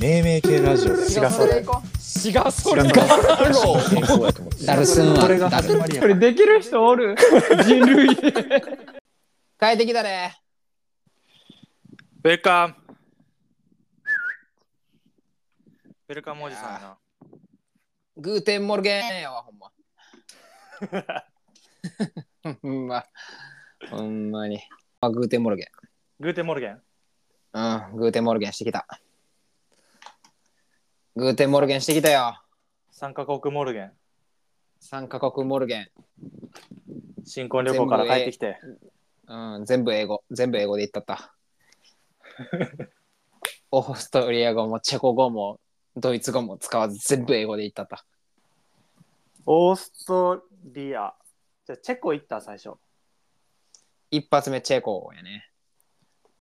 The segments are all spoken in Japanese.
命名系ラジオだよ違うそれ行こ違うそれ違うか健康やと思ってダルスンはこれがダ始ルまりやこれできる人おる人類う帰ってきたねウェルカムウェルカムおじさんやなグーテンモルゲンやわほんま ほんまほんまにあグーテンモルゲングーテンモルゲンうんグーテンモルゲンしてきたグーテンモルゲンしてきたよ三カ国モルゲン三カ国モルゲン新婚旅行から帰ってきてうん、全部英語、全部英語で言った った。オーストリア語もチェコ語もドイツ語も使わず全部英語で言ったった。オーストリアじゃあチェコ行った最初一発目チェコやね。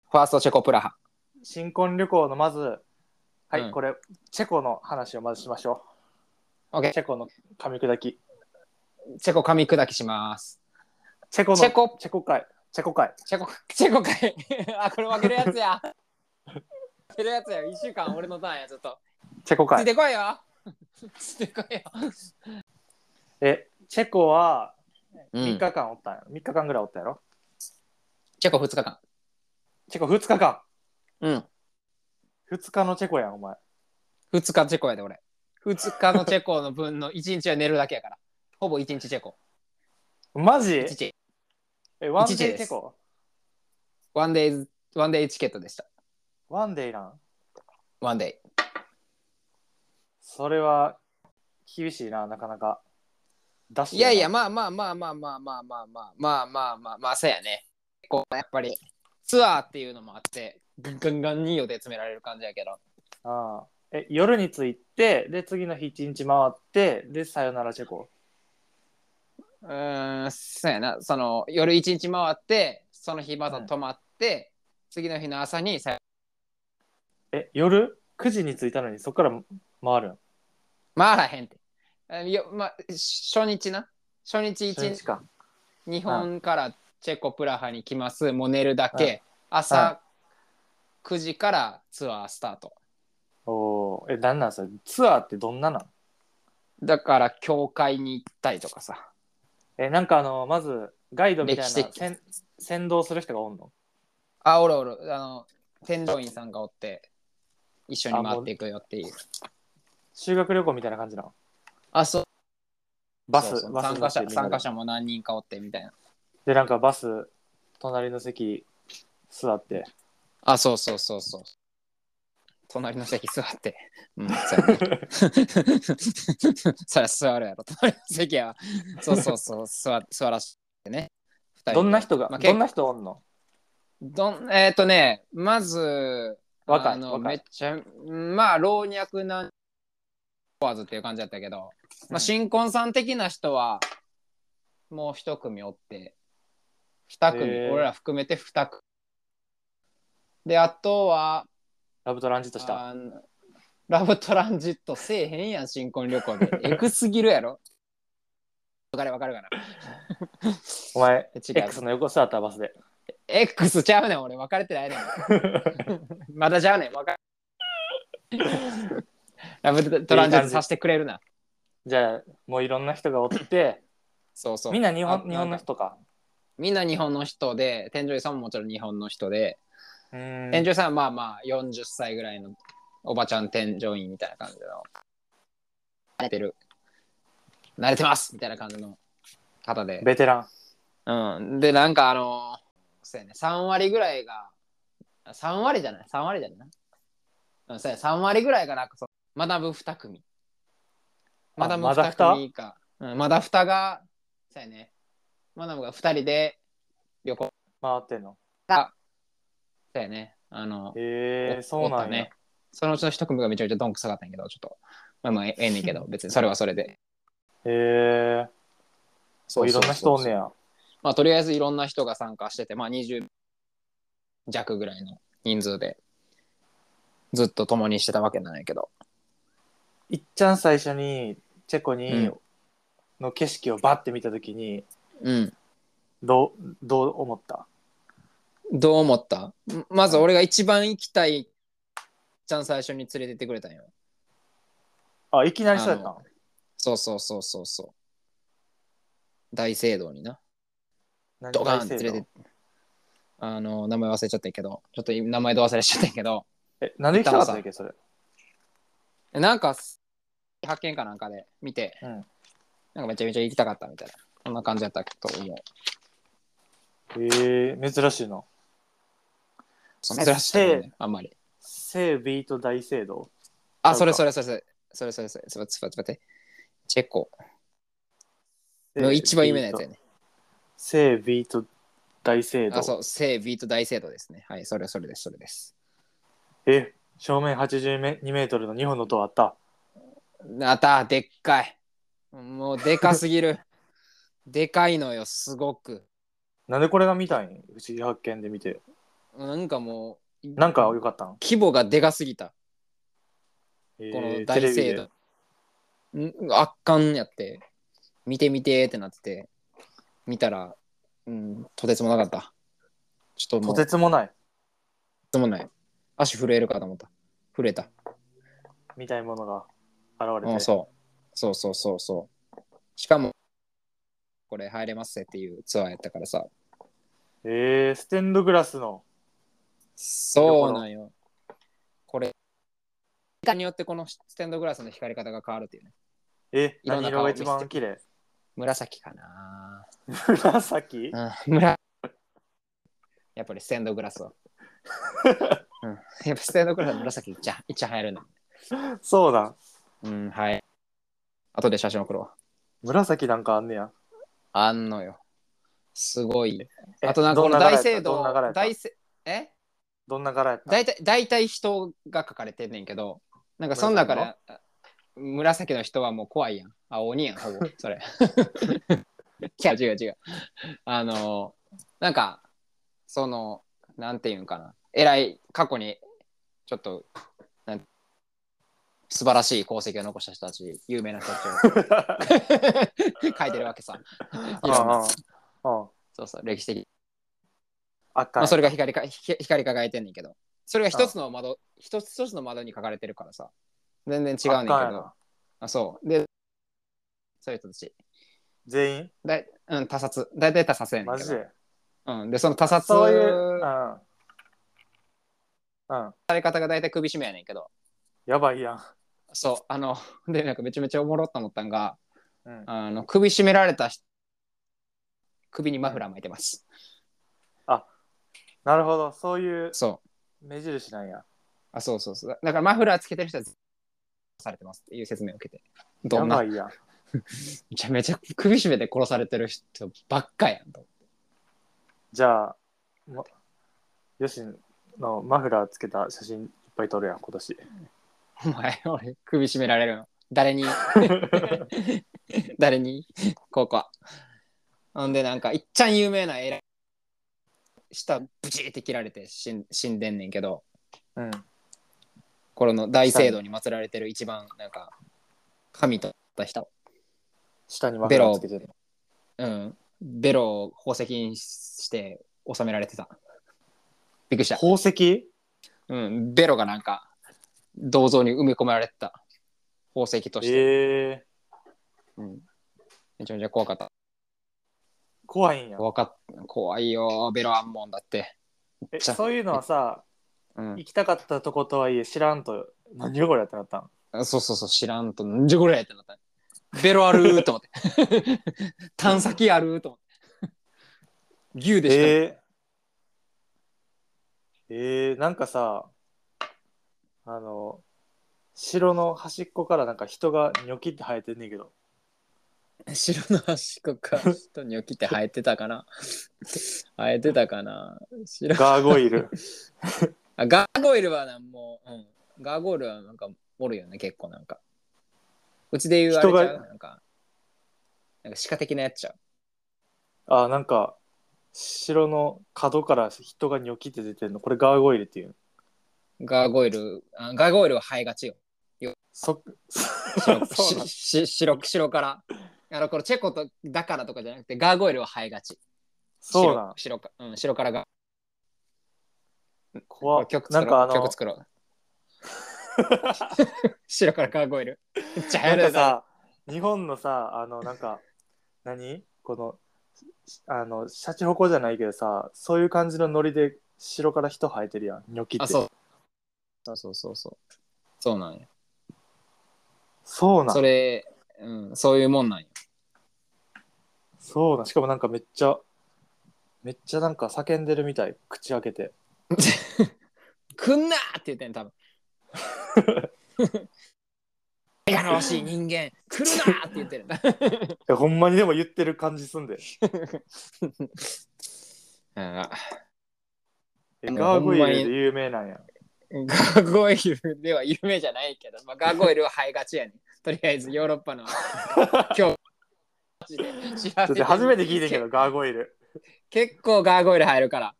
ファーストチェコプラハ。新婚旅行のまずはい、うんこれチェコの話をまずしましょオッケうチェコの噛み砕ー。きチェコ噛み砕きします。チェコのチェコチェコ会チェコ会チェコ、チェコかい。 あ、これ分けるやつや。分けるやつや。一週間俺のターンや、ちょっと。チェコつい会てこいよ。ついてこいよ。えチェコはう3ん、日間おったんやろ、3日間ぐらいおったんやろチェコ二日間。チェコ2日間うん。 2日のチェコやんお前二日チェコやで俺。二日のチェコの分の一日は寝るだけやから。ほぼ一日チェコ。マジ一日。えワンデ一ー時ですチェコワンデイズ、ワンデイチケットでした。ワンデーなんワンデイ。それは厳しいななかなか出していやいや、まあまあまあまあまあまあまあまあまあまあまあまあ、そうやね。結構やっぱりツアーっていうのもあって、ガンガンガンに予定詰められる感じやけど。ああえ夜に着いてで次の日一日回ってでさよならチェコうーん、そうやな。その夜一日回って、その日また泊まって、次の日の朝にさえ夜9時に着いたのにそっから回るん回らへんって。あよま、初日な。初日一初日日か日本からチェコプラハに来ます。もう寝るだはけ。朝9時からツアースタート。おーえなんなんそれツアーってどんななんだから教会に行ったりとかさえなんかあのまずガイドみたいな歴史的せん先導する人がおんのあおるおるあの添乗員さんがおって一緒に回っていくよっていう修学旅行みたいな感じなのあそうバスそうそうバス参加乗っ者てみんな参で加者も何人かおってみたいなでなんかバス隣の席座ってあそうそうそうそう隣の席座って うんそうやねそりゃ座るやろ隣の席はそうそうそう座座らしてね二人でどんな人が、まあどんな人おんのどんえっ、とねまず若あいの若めいっちゃまあ老若男女問わずっていう感じだったけど、うまあ、ん新婚さん的な人はもう一組おって二組、へー俺ら含めて二組であとはラブトランジットしたあのラブトランジットせえへんやん新婚旅行でエグすぎるやろわかるわかるかなお前違う X の横座ったバスで X ちゃうねん俺別れて ないねんまだちゃうねん別れ ラブトランジットさせてくれるなじゃあもういろんな人がおってそうそうみんな日あ本日本なんかの人かみんな日本の人で天井さんももちろん日本の人で、うーん天井さんはまあまあ40歳ぐらいのおばちゃん添乗員みたいな感じの慣れてる慣れてますみたいな感じの方で、ベテランうん、でなんかあのそうやね3割ぐらいが3割じゃない3割じゃないな、うん、そうや3割ぐらいがなんかそう学ぶ2組あ学ぶまだ2二組以下うんまだ2がそうやね学ぶが2人で旅行回ってんのだよね。あの、へえおそうおっなたんや、ね。そのうちの一組がめちゃめちゃどんくさかったんやけど、ちょっと。まあまあ、えええねんけど、別にそれはそれで。へえそいろんな人おんねや。やまあ、とりあえずいろんな人が参加してて、まあ、20弱ぐらいの人数で、ずっと共にしてたわけなんやけど。いっちゃん最初にチェコに、うんの景色をバッて見た時にうん。どうどう思ったどう思ったんまず俺が一番行きたいちゃん最初に連れてってくれたんよ。あ、いきなりそうやったあそうそうそうそうそう。大聖堂にな。ん。ドカン何連大れ聖て堂。あの、名前忘れちゃったけど、ちょっと名前で忘れちゃったけど、え、なんで行きたかったんやっけ、それ。なんか、発見かなんかで見て、うんなんかめちゃめちゃ行きたかったみたいな、こんな感じだったと思う。へえ、珍しいな。その珍しいよね、あんまり。聖ビート大聖堂。あ、それそれそれそれ、それそれそれ、それそれそれ、チェコの一番有名なやつやね。聖ビート大聖あ、堂。そう、聖ビート大聖堂ですね。はい、それそれです、それです。え、正面82メ2メートルの2本の塔あった。あた、でっかい。もうでかすぎる。でかいのよ、すごく。なんでこれが見たいん不思議発見で見て。なんかもう、なんか良かったん規模がでかすぎた、えこのー大テレ聖ビで堂。ん圧巻やって、見て見てってなってて、見たら、うん、とてつもなかった。ちょっともとう、てとつもないてつもない。足震えるかと思った。震えた。見たいものが現れうん、て。そう。そうそうそうそう。しかも、これ入れますっていうツアーやったからさ。えー、ステンドグラスの。そうなんよ。これ、光によってこのステンドグラスの光り方が変わるっていうね。え、いろん何な色顔が見せて一番綺麗 紫かな。う紫ん、紫。やっぱりステンドグラスは。うん、やっぱステンドグラスは紫いっちゃいっちゃ入るの。そうだ。うん、はい。後で写真送ろう。紫なんかあんねや。あんのよ。すごい。えあとなんかこの大聖どん堂な柄やっ、た大聖、えどんな柄やった 大体大体人が書かれてんねんけどなんかその中で紫の人はもう怖いやんあ鬼やん ほぼそれ 違う違う違うあのなんかそのなんていうんかなえらい過去にちょっとなん素晴らしい功績を残した人たち有名な人たちを 書いてるわけさい ろんなうんうんうんそうそう歴史的赤まあ、いそれが光りかひ光り輝いてんねんけどそれが一つの窓一つ一つの窓に書かれてるからさ全然違うねんけ赤やどなあそうでそういう人たち全員だい、うん、他殺大体他殺やねんマけジど、でうん、でその他殺そういう、うさん。うん。れ方が大体首絞めやねんけどやばいやん。そうあの でなんかめちゃめちゃおもろっと思ったんがうん、あの首絞められた人首にマフラー巻いてますなるほど。そういうそう目印なんや。あそうそうそうだからマフラーつけてる人はされてますっていう説明を受けてどやんなばいやん。めちゃめちゃ首絞めて殺されてる人ばっかやんと。じゃあ、ま、ヨシのマフラーつけた写真いっぱい撮るやん、今年。お前、俺、首絞められるの。誰に誰にここは。ほんで、なんか、いっちゃん有名な偉い。舌、ブチって切られて死ん死んでんねんけど、うん。これの大聖堂に祀られてる一番、なんか、神となった人。下にマフラーつけてる。うん。ベロを宝石にして収められてた。びっくりした。宝石うん、ベロがなんか銅像に埋め込まれてた宝石として、ええうん、めちゃめちゃ怖かった怖いんや。怖かった怖いよベロアンモンだって、え、ちゃそういうのはさ、うん、行きたかったとことはいえ知らんと、何よこれってなったんそうそうそう知らんとなんじゃこれってなったベロあるーと思って 探査機あるーと思って牛でしかない、えー、えー、なんかさあの城の端っこからなんか人がニョキって生えてんねん けど白の端っこから人に起きて生えてたかな生えてたかな白ガーゴイルあガーゴイルはなもう、うん、ガーゴイルはなんかおるよね結構なんかうちで言うあれちゃ人うなんかなんか歯科的なやつちゃうあなんか城の角から人がニョキって出てんのこれガーゴイルっていうのガーゴイルあガーゴイルは生えがちよそ白 そうなんしし白白からあのこれチェコとだからとかじゃなくてガーゴイルは生えがちそうなん白白か、うん、白からが怖曲な作んかろあう曲 の作ろう白から川越える。めっちゃな流ん行かるさ。さ日本のさあのなんか何このあのシャチホコじゃないけどさそういう感じのノリで城から人生えてるやんニョキってあ、そう。そうそうそうそう。そうなんや。そうなんそそれ、うん、そういうもんなんや。うなんしかもなんかめっちゃめっちゃなんか叫んでるみたい口開けてくんなーって言ってん、多 分。手が欲しい人間、来るなーって言ってる。 えほんまにでも言ってる感じすんであえもうガーグイルほんでま有名なんやーガーゴイルでは有名じゃないけど、まあ、ガーゴイルは生えがちやねん。 とりあえずヨーロッパ の今日マジで調だべって初めて聞いて んけどガーゴイル結構ガーゴイル入るから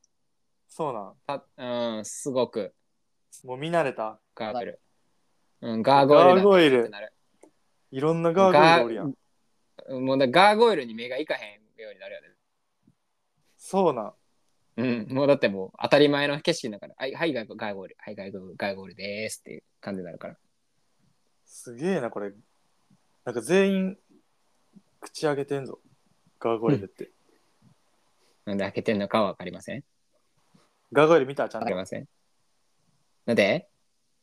そうなんたうんすごくもう見慣れたガーゴイル、うん、ガーゴイルだなガーゴイルってなるいろんなガーゴイルおるやんもうだガーゴイルに目がいかへんようになるよねそうなんうん、もうだってもう当たり前の景色だから、はい、はい、ガイゴガイゴール、はい、ガイゴガイゴールでーすっていう感じになるから。すげえな、これ。なんか全員、口開けてんぞ。ガーゴイルって。なんで開けてんのかはわかりませんガーゴイル見たちゃんわかりと。ませんなんで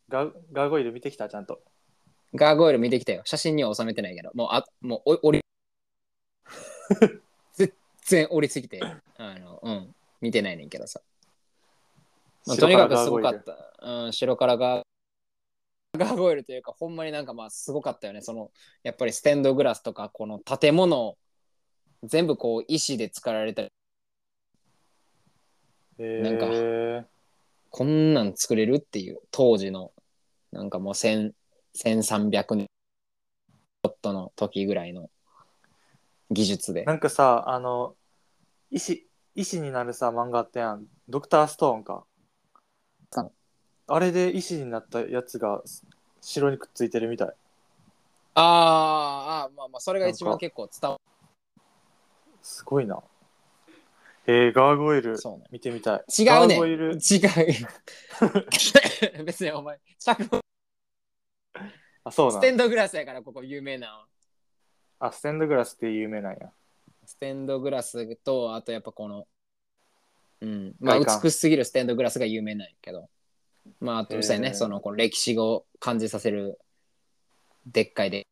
ガーガーゴイル見てきたちゃんと。ガーゴイル見てきたよ。写真には収めてないけど、もう、あもう、お折り、 全然折りすぎて、あの、うん、見てないねんけどさ。まあ、とにかくすごかっ白からた。うん、白からがガーゴイルというか、ほんまになんかまあすごかったよね。その、やっぱりステンドグラスとか、この建物、全部こう石で作られたり、ガーゴイなル。んかえこんなん作れるっていう、当時の、なんかもう1000 1300年ちょっとの時ぐらいの技術でー、。なんかさ、あの、医師、医師になるさ、漫画あったやん。ドクターストーンかうん。あれで医師になったやつが、城にくっついてるみたい。あーあー、まあまあ、それが一なん番か結構伝わすごいな。えー、ガーゴイルる。、そうね。見てみたい。違ガうーねゴイル、違う。 別にお前、着あ、そうなステん。ンドグラスやからここ有名なのはあ、ステンドグラスって有名なんや。ステンドグラスとあとやっぱこのうんまあ外観美しすぎるステンドグラスが有名なんやけどまああへとーそうやねそのこの歴史を感じさせるでっかいで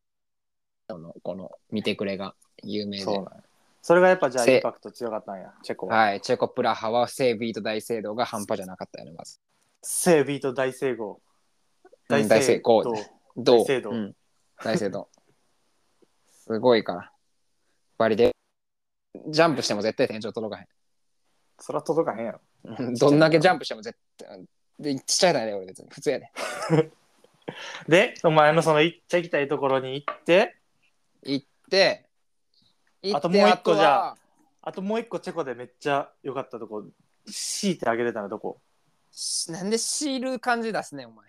このこの見てくれが有名そうでなんやそれがやっぱじゃあせインパクト強かったんや、チェコは。はいチェコプラハはセービーと大聖堂が半端じゃなかったよねまずセービーと大聖号。うん大聖号どう大聖堂うん、大聖 堂すごいからバリでジャンプしても絶対天井届かへんそら届かへんやろ。どんだけジャンプしても絶対。で、ちっちゃいないで俺別に。普通やで。で、お前のその行っちゃいきたいところに行って、行って、行ってあともう一個じゃああとはあともう一個チェコでめっちゃ良かったとこ、強いてあげれたのどこしなんでシール感じ出すねん、お前。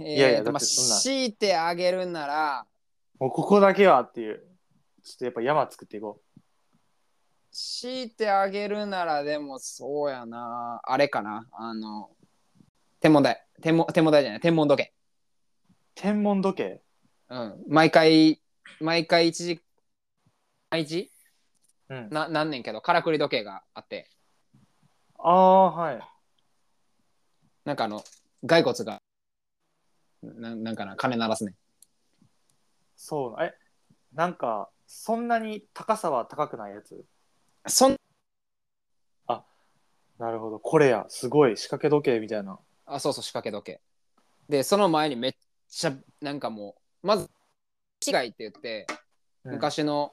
いやいやえーとだまっあ、てそんな強いてあげるなら、もうここだけはっていう。ちょっとやっぱ山作っていこ強いてあげるなら、でもそうやな。あれかな。あの、天文台。天文天文台じゃない。天文時計。う。天文時計うん。毎回、毎回一時、毎時うん。ななんねんけど、からくり時計があって、ああ、はい。なんかあの、骸骨が、ななんかな、鐘鳴らすねん。そうな。え、なんか、そんなに高さは高くないやつそんなるほど。これや。すごい。仕掛け時計みたいな。あそうそう仕掛け時計でその前にめっちゃなんかもうまず市街って言ってうん、昔の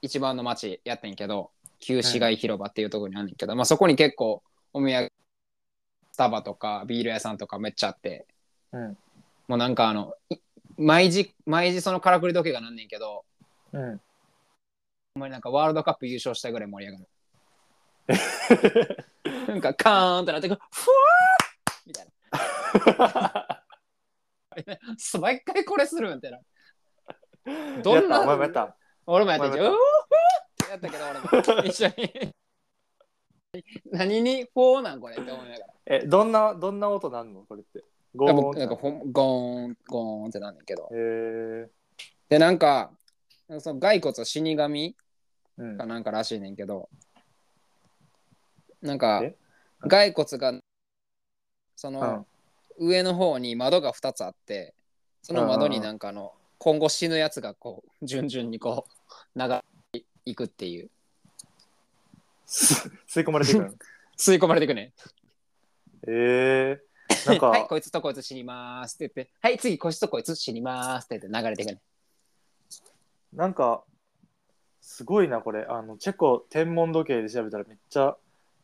一番の町やってんけど旧市街広場っていうところにあんねんけど、まあ、そこに結構お土産スタバとかビール屋さんとかめっちゃあってうん。もうなんかあのい毎時毎時そのからくり時計がなんねんけどうん。ほんまになんかワールドカップ優勝したぐらい盛り上が るなんかカーンってなってくるふわーみたいなそう毎回これするんってな どんなやったお前もやった俺もやってんじゃん。うおーふーってやったけど、 俺も一緒に。何にフォーなんこれって思いながら。えどんなどんな音なんのこれってゴーンってなんかほんゴーンゴーンってなんだけどへえでなんかその骸骨は死神うんかなんからしいねんけどなんかえ骸骨がその、うん上の方に窓が2つあってその窓になんかあの今後死ぬやつがこう順々にこう流れていくっていうす吸い込まれてく る吸い込まれていくねええなん「はいかこいつとこいつ死にます」って言って「はい次こいつとこいつ死にます」って言って流れていくねなんかすごいなこれあのチェコ天文時計で調べたらめっちゃ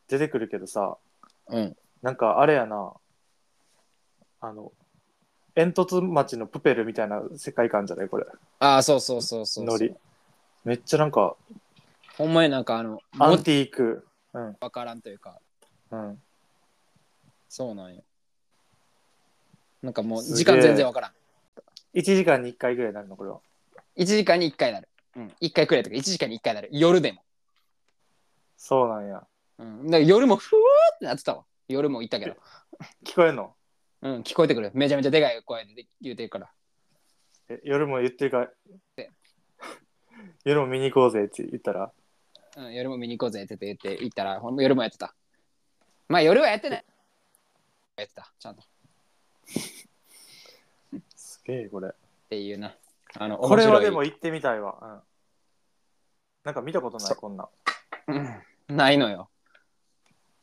出てくるけどさうんなんかあれやなあの煙突町のプペルみたいな世界観じゃないこれああそうそうそうそうそノうリめっちゃなんかほんまになんかあのアもンティークうんわからんというかうんそうなんよなんかもうすげえ時間全然わからん1時間に1回ぐらいになるのこれは1時間に1回なる、うん、1回くらいとか1時間に1回なる夜でもそうなんやうん、だから夜もふわーってなってたわ。夜も行ったけど。聞こえんのうん、聞こえてくる。めちゃめちゃでかい声で言うてるから。え夜も言ってるから 夜も見に行こうぜって言ったらうん、夜も見に行こうぜって言って行ったら、ほんま夜もやってた。まあ夜はやってない。やってた、ちゃんと。っすげえこれていうな。あの、これは面白いでも、行ってみたいわ、うん、なんか見たことないそこんなんうん ないのよ。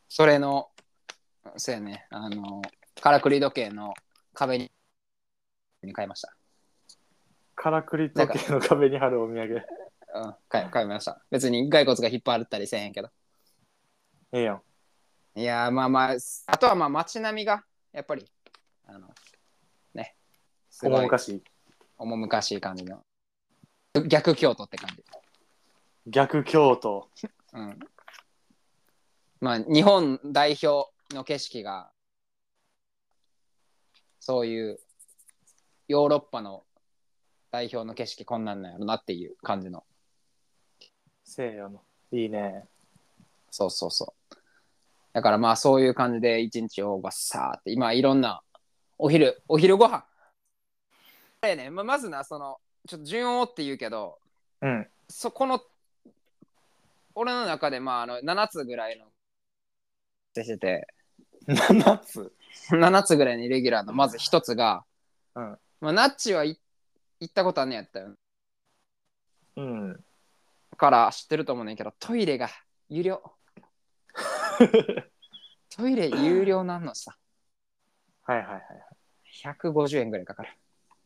それの、そうやね、あの、からくり時計の壁に、に買いました。からくり時計の壁に貼るお土産うん、買い買いました。別に骸骨が引っ張ったりせえへんけど。ええやんいやーまあまあ、あとはまあ街並みが、やっぱり、あの、ね、すご大い、昔昔しい感じの。逆京都って感じ。逆京都うん。まあ、日本代表の景色が、そういう、ヨーロッパの代表の景色こんなんなんやろなっていう感じの。西洋のいいねそうそうそう。だからまあそういう感じで一日をバッサーって今いろんなお昼お昼ご飯あれやねままずなそのちょっと順を追って言うけどうんそこの俺の中でまああの7つぐらいのってしてて7つ7つぐらいにレギュラーのまず1つが、うんまあ、ナッチはい行ったことはねやったようんから知ってると思うねんけどトイレが有 料トイレ有料なんのさはいはいはい150円ぐらいかかる。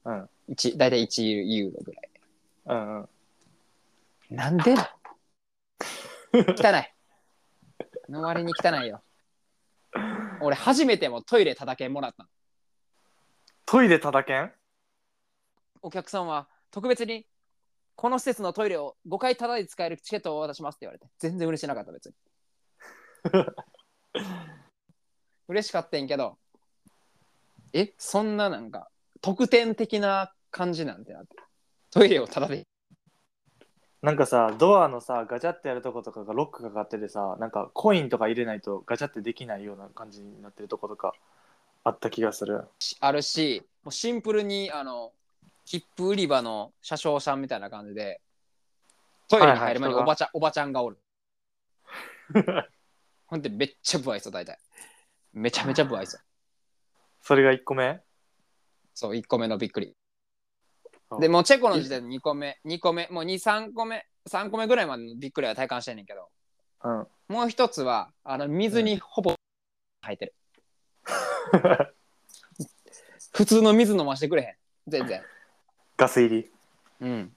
うん一大体1ユーロぐらい。うんうんなんでな汚 い。の割に汚いよ。俺、初めてもトイレ叩けんもらったの。トイレ叩けんお客さんは特別にこの施設のトイレを5回ただで使えるチケットを渡しますって言われて、全然嬉しなかった、別に。嬉しかったんやけど、え、そんななんか特典的な感じなんてなって。トイレをただでなんかさドアのさガチャってやるとことかがロックかかっててさなんかコインとか入れないとガチャってできないような感じになってるとことかあった気がする あるしもうシンプルにあの切符売り場の車掌さんみたいな感じでトイレに入る前にはいはいおばちゃん、おばちゃんがおるほんでめっちゃ不愛想大体めちゃめちゃ不愛想それが1個目そう1個目のびっくりそうでもうチェコの時点で2個目2個目もう23個目3個目ぐらいまでのびっくりは体感してんねんけどうん もう一つはあの水にほぼ入ってる、普通の水飲ましてくれへん全然ガス入りうん。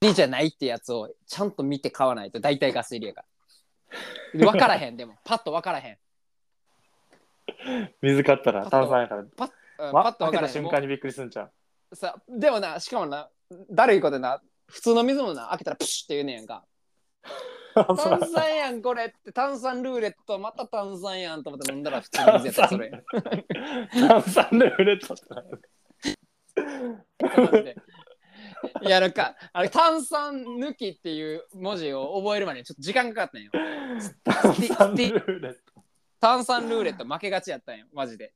入りじゃないってやつをちゃんと見て買わないと大体ガス入りやから。分からへんでもパッと分からへん。水買ったら炭酸やからうんわパッと分から開けたへん。瞬も間にびっくりすんじゃんうさでもなしかもなだるいことな普通の水もな開けたらプシュって言うねやんか。炭酸やんこれって炭酸ルーレットまた炭酸やんと思って飲んだら普通の水やったらそれ。炭酸ルーレットってなるいやなんかあれ炭酸抜きっていう文字を覚えるまでにちょっと時間かかったんよ。炭酸ルーレット炭酸ルーレット負けがちやったんよマジで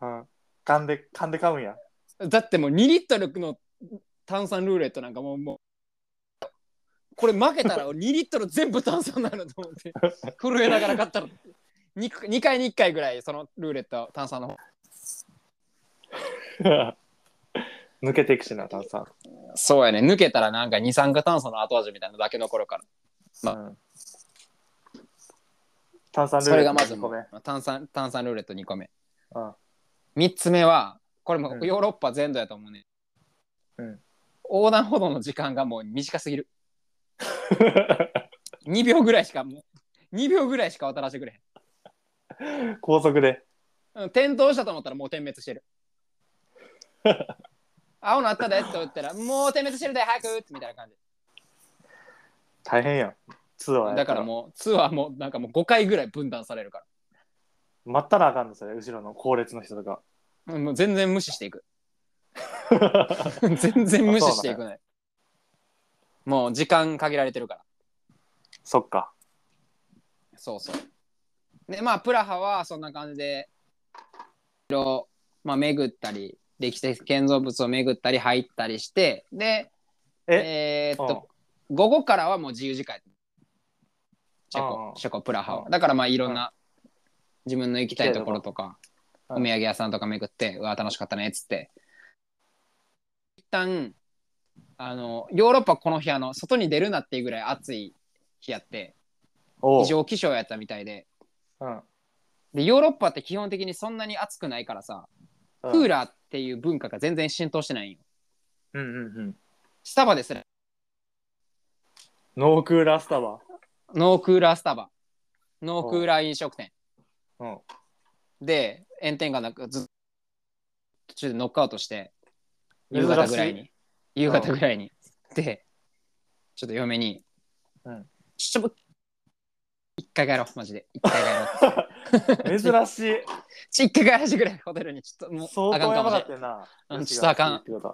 うん。噛んで、噛んで噛むんや。 だってもう2リットルの炭酸ルーレットなんかもうもうこれ負けたら2リットル全部炭酸になると思って震えながら買ったの 2, 2回に1回ぐらいそのルーレット炭酸の抜けていくしな、炭酸。そうやね抜けたらなんか二酸化炭素の後味みたいなだけ残るからまうん。炭酸ルーそレれがットまず2個目。炭酸炭酸ルーレット2個目うん。 3つ目はこれもうんヨーロッパ全土やと思うね、うん横断歩道の時間がもう短すぎる2秒ぐらいしかもう2秒ぐらいしか渡らせてくれへん 高速で。うん転倒したと思ったらもう点滅 してる。青のあったでって言ったらもう点滅してるで早く打つみたいな感じ。大変やん。ツアーやっただからもうツアーもなんかもう5回ぐらい分断されるか待ったらあかんのそれ後ろの後列の人とか ら。もう全然無視していく。 全然無視していくね。もう時間限られてるから。そっかそうそう。でまあプラハはそんな感じでいろいろ、まあ、巡ったり歴史的建造物を巡ったり入ったりしてでええーっと、午後からはもう自由時間チェうんうコんチェコプラハはうんだからまあいろんな自分の行きたいところとかうおん土産屋さんとか巡ってうわ楽しかったねっつって一旦あのヨーロッパこの日あの外に出るなっていうぐらい暑い日やっておう異常気象やったみたいでうんでヨーロッパって基本的にそんなに暑くないからさうクんーラーっていう文化が全然浸透してないんようんうんうんスタバですらノークーラースタバノークーラースタバノークーラー飲食店うんで炎天下なくずっと途中でノックアウトして珍し夕い方ぐらいに夕方ぐらいにでちょっと嫁に「うんちょっと一回帰ろうマジで一回帰ろう」 珍しいちょ一回帰らせてくれホテルにちょっともう相あかん当かやもばしかれったよなうんちょっとあかんってこと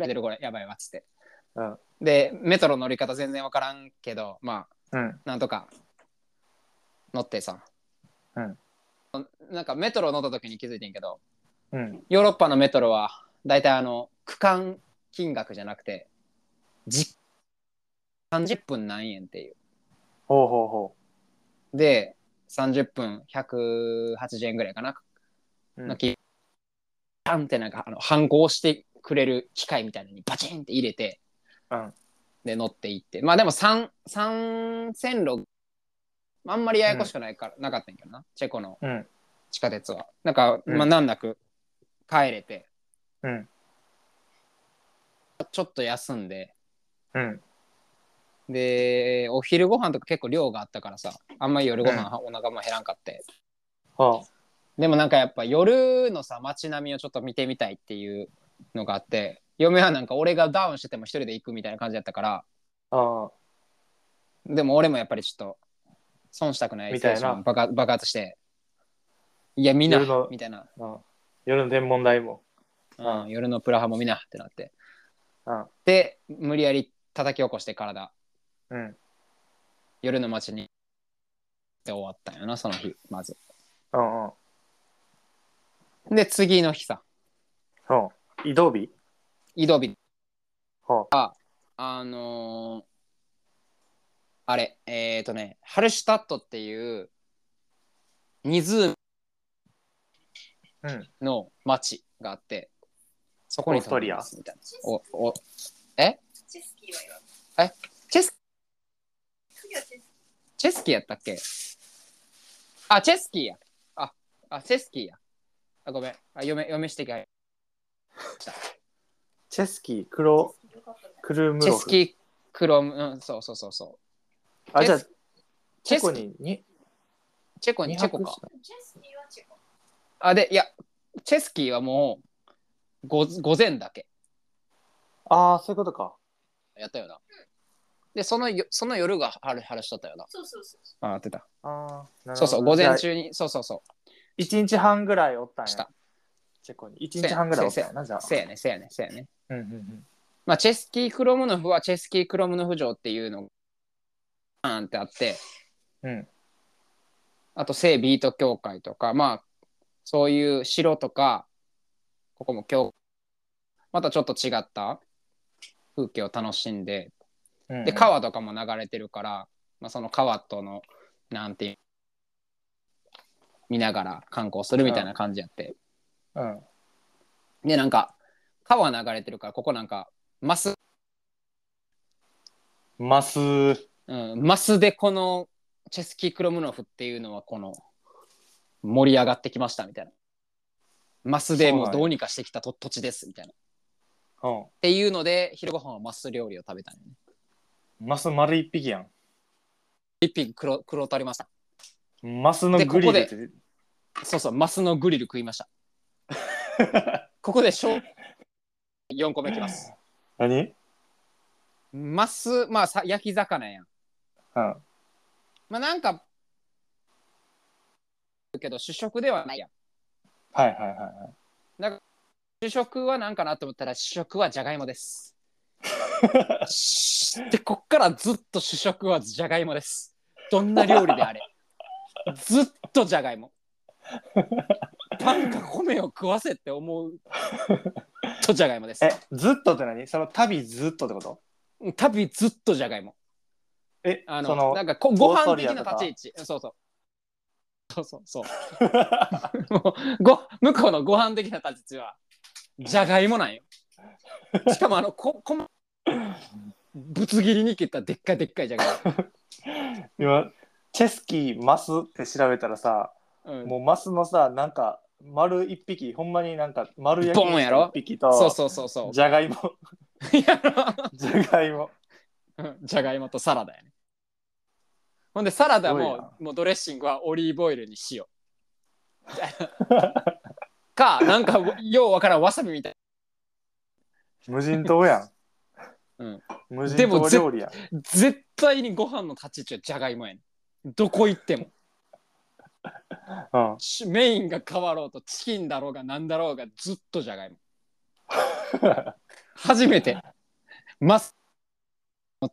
ん出るこれやばいわ」っつって、うんでメトロ乗り方全然わからんけどまあうんなんとか乗ってさ、うんなんかメトロ乗った時に気づいてんけどうんヨーロッパのメトロは大体あの区間金額じゃなくてじ30分何円っていうほうほうほで30分180円ぐらいかな、うんのきパンってなんかあの反抗してくれる機械みたいなのにバチンって入れて、うんで乗っていってまあでも三三線路あんまりややこしくないから、なかったんやけどなチェコのううん地下鉄はなんか、うんまあ難なく帰れてうんちょっと休んでうんでお昼ご飯とか結構量があったからさあんまり夜ご飯は、お腹も減らんかってはでもなんかやっぱ夜のさ街並みをちょっと見てみたいっていうのがあって嫁はなんか俺がダウンしてても一人で行くみたいな感じだったからああでも俺もやっぱりちょっと損したくないみたいなテンション爆爆発していやみんな夜のみたいな、あうん夜の天文台もうんう夜のプラハもみんなってなってうんで無理やり叩き起こして体うん夜の街にで終わったんやなその日まずうんうんで次の日さほう移動日移動日ほあのーあれ、えっ、ー、とね、ハルシュタットっていう湖ううんの町があって、そこにオーストリ泊アまりますみたいな。お、お、ええチェス、チェスキーやったっけあ、チェスキーや。あ、あ、チェスキーや。あ、ごめん。あ、嫁、嫁してきゃ。チェスキークロクルムチェロスフキー、クロム、うん、そうそうそうそう。あじゃあチェチチェェコスキー、ににチェコに、二チェコ泊かし。たあ、で、いや、チェスキーはもう、ご午前だけああそういうことかやったよな。で、そのよその夜が春春しとったよな。あ、ってた。ああそうそう、午前中に、そうそうそ1日半ぐらいおったんう、しやた。チェコに1日半ぐらいおったんやなじゃあせやね、せやね、せやね。うんうんうんまあ、チェスキー・クロムノフはチェスキー・クロムノフ城っていうのが、バーンってあって、うんあと、聖ビート教会とか、まあ、そういう白とかここも今日またちょっと違った風景を楽しんでうんで川とかも流れてるから、まあ、その川とのなんていう見ながら観光するみたいな感じやって、うんでなんか川流れてるからここなんかマス、マスうん、マスでこのチェスキー・クロムノフっていうのはこの盛り上がってきましたみたいなマスでもうどうにかしてきたと土地ですみたいなっうんていうので昼ご飯はマス料理を食べたのねマス丸一匹や一匹黒黒とありましたんマスのグリルってそうそうマスのグリル食いましたここでしょ4個目きます何マスまあさ焼き魚やんうんまあなんかけど主食ではないやんはいはいはいはい。主食は何かなと思ったら主食はじゃがいもです。しでこっからずっと主食はじゃがいもです。どんな料理であれ。ずっとじゃがいも。パンか米を食わせって思うとじゃがいもですえ。、ずっとって何その旅ずっとってこと旅ずっとじゃがいも。え、あそののなんかこごオースト飯リ的アなとか立ち位置。そうそう。そうそう そう。もうご向こうのご飯的な立ち位置はじゃがいもなんよ。しかもあのこ こぶつ切りに切ったでっかいでっかいじゃがい今、チェスキーマスって調べたらさ、も。うんもうマスのさ、なんか丸一匹、ほんまになんか丸焼きボンやろ一匹そうと、そうそうそう。じゃがいも、 いやあじゃがいも。のじゃがいもとサラダやね。ほんでサラダすごいももうドレッシングはオリーブオイルに塩。 かなんかようわからんわさびみたいな無人島やん。うん無で人も島ぜ料理やん。絶対にご飯の立ち位置はじゃがいもやねんどこ行っても うん、しメインが変わろうとチキンだろうがなんだろうがずっとじゃがいも初めてマス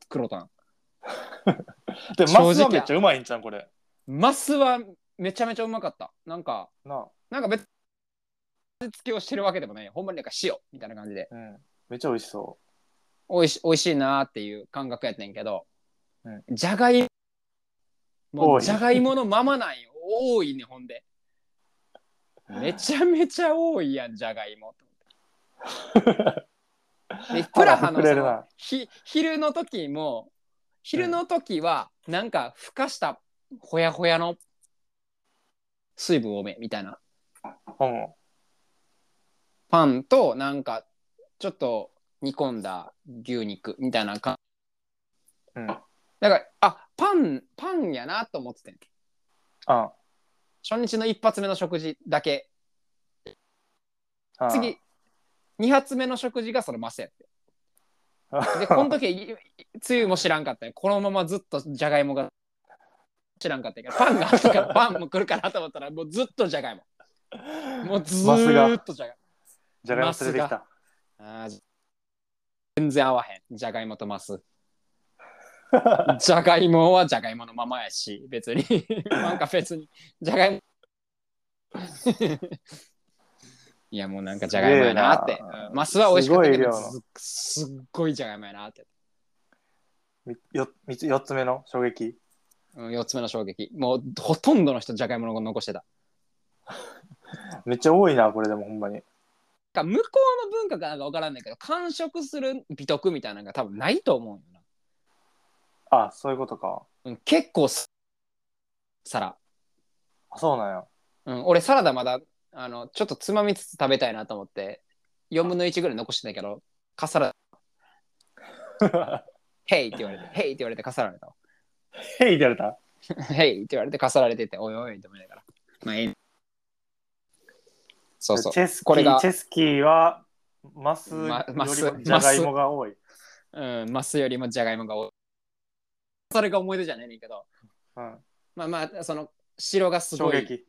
黒タンで、正直マスはめっちゃうまいんちゃうんこれ。マスはめちゃめちゃうまかったなんかなあ、なんか別に味付けをしてるわけでもないほんまになんか塩みたいな感じでうん。めっちゃ美味しそおいしおいしいなーっていう感覚やったんやけど、うんじゃがいもも多ういじゃがいものままなんよ多いねほんでめちゃめちゃ多いやんじゃがいも でプラハの腹膨れそるなのひ昼の時も昼の時はなんかふかしたほやほやの水分多めみたいなう。うん。パンとなんかちょっと煮込んだ牛肉みたいな感うん。だからあパンパンやなと思っててあ初日の一発目の食事だけあ次。二発目の食事がそのマスやってでこの時いつゆも知らんかったよこのままずっとじゃがいもが知らんかったけどパンがあったからパンも来るかなと思ったらもうずっとじゃがいももうずーっとじゃがいじゃがいも連れてきた。もあーじ全然合わへんじゃがいもとマスじゃがいもはじゃがいものままやし、別 に。なんか別に。じゃがいも。 いや、もうなんかじゃがいもやなってすげえな。マスは美味しかったけど、すごい量のすすっごいじゃがいもやなって。みよみつ四つ目の衝撃。うん、4つ目の衝撃。もうほとんどの人じゃがいもの残してた。めっちゃ多いな、これでもほんまに。なんか向こうの文化かなんか分からんねんけど、完食する美徳みたいなのが多分ないと思うんよな。あ、そういうことか。うん、結構す、皿。あ、そうなんや。うん、俺サラダまだあのちょっとつまみつつ食べたいなと思って4分の1ぐらい残してたけどかさら 「ヘイ」って言われて「ヘイ」って言われてかさられたわ へい、出れた。 「ヘイ」って言われてかさられてて「おいおい」って思いながらまあええそうそうチ、ェスキー、これがチェスキーは、マスよりまマもスじゃがいもが多い。うん、マスよりもじゃがいもが多いそれが思い出じゃないねんけどうん、まあまあその白がす衝ごい撃。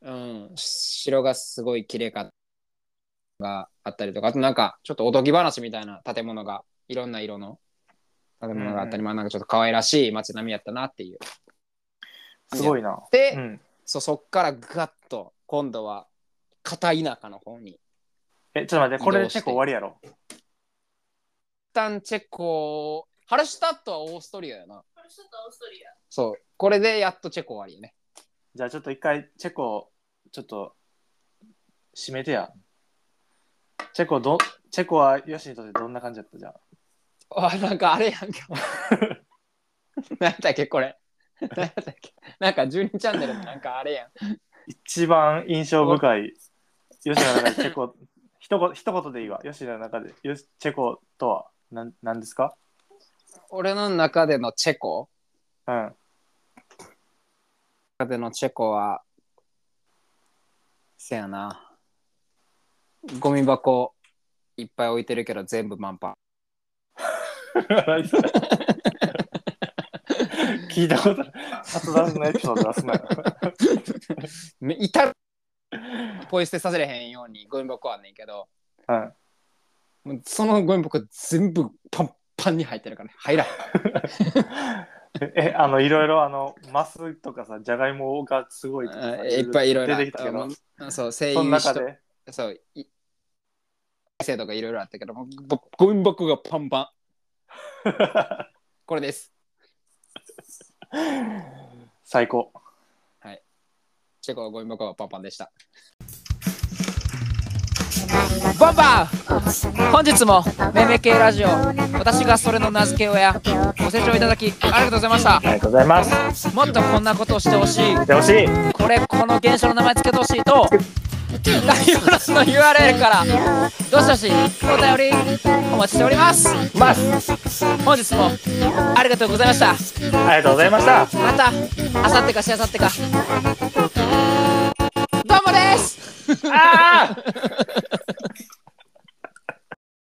うん、城がすごい綺麗かったがあったりとかあとなんかちょっとおとぎ話みたいな建物がいろんな色の建物があったり、うんまあなんかちょっと可愛らしい街並みやったなっていう。すごいな。で、うん。そうそっからガッと今度は片田舎の方に。一え、ちょっと待って、これでチェコ終わりやろ。旦チェコ、ハルシュタットはオーストリアやな。これちょっとオーストリア。そう、これでやっとチェコ終わりよね。 じゃあちょっと一回、チェコ、ちょっと、締めてや。チェコど、チェコはヨシにとってどんな感じだったじゃん。あ、なんかあれや んか。なんだっけ、これ。なんだっけ。なんか12チャンネルのなんかあれやん。一番印象深い、ヨシの中でチェコ、 一言一言でいいわ。ヨシの中で、ヨシチェコとは何、なんですか俺の中でのチェコうん。 中でのチェコは、せやな。ゴミ箱いっぱい置いてるけど全部満帆。聞いたことない。初出しのエピソード出すなよ。め至る。ポイ捨てさせれへんようにゴミ箱あんねんけど、うん。もうそのゴミ箱全部パンパンに入ってるから、入らん。え、あの、いろいろ、あの、マスとかさ、じゃがいもがすごいとかさいっぱいいろいろあ出ってたきたけど、うんそう、声その優中しとで、そう、い生とかいろいろあったけど、もうぼゴミ箱がパンパン。 これです。最高。チェコはゴミ箱がパンパンでした。バンバン本日もめめ系ラジオ私がそれの名付け親ご清聴いただきありがとうございましたありがとうございます。もっとこんなことをしてほしいで、ほしい。これこの現象の名前つけてほしいと概要欄の URL からどしどしお便りお待ちしております本日もありがとうございましたありがとうございました。またあさってかしあさってかどうもですああ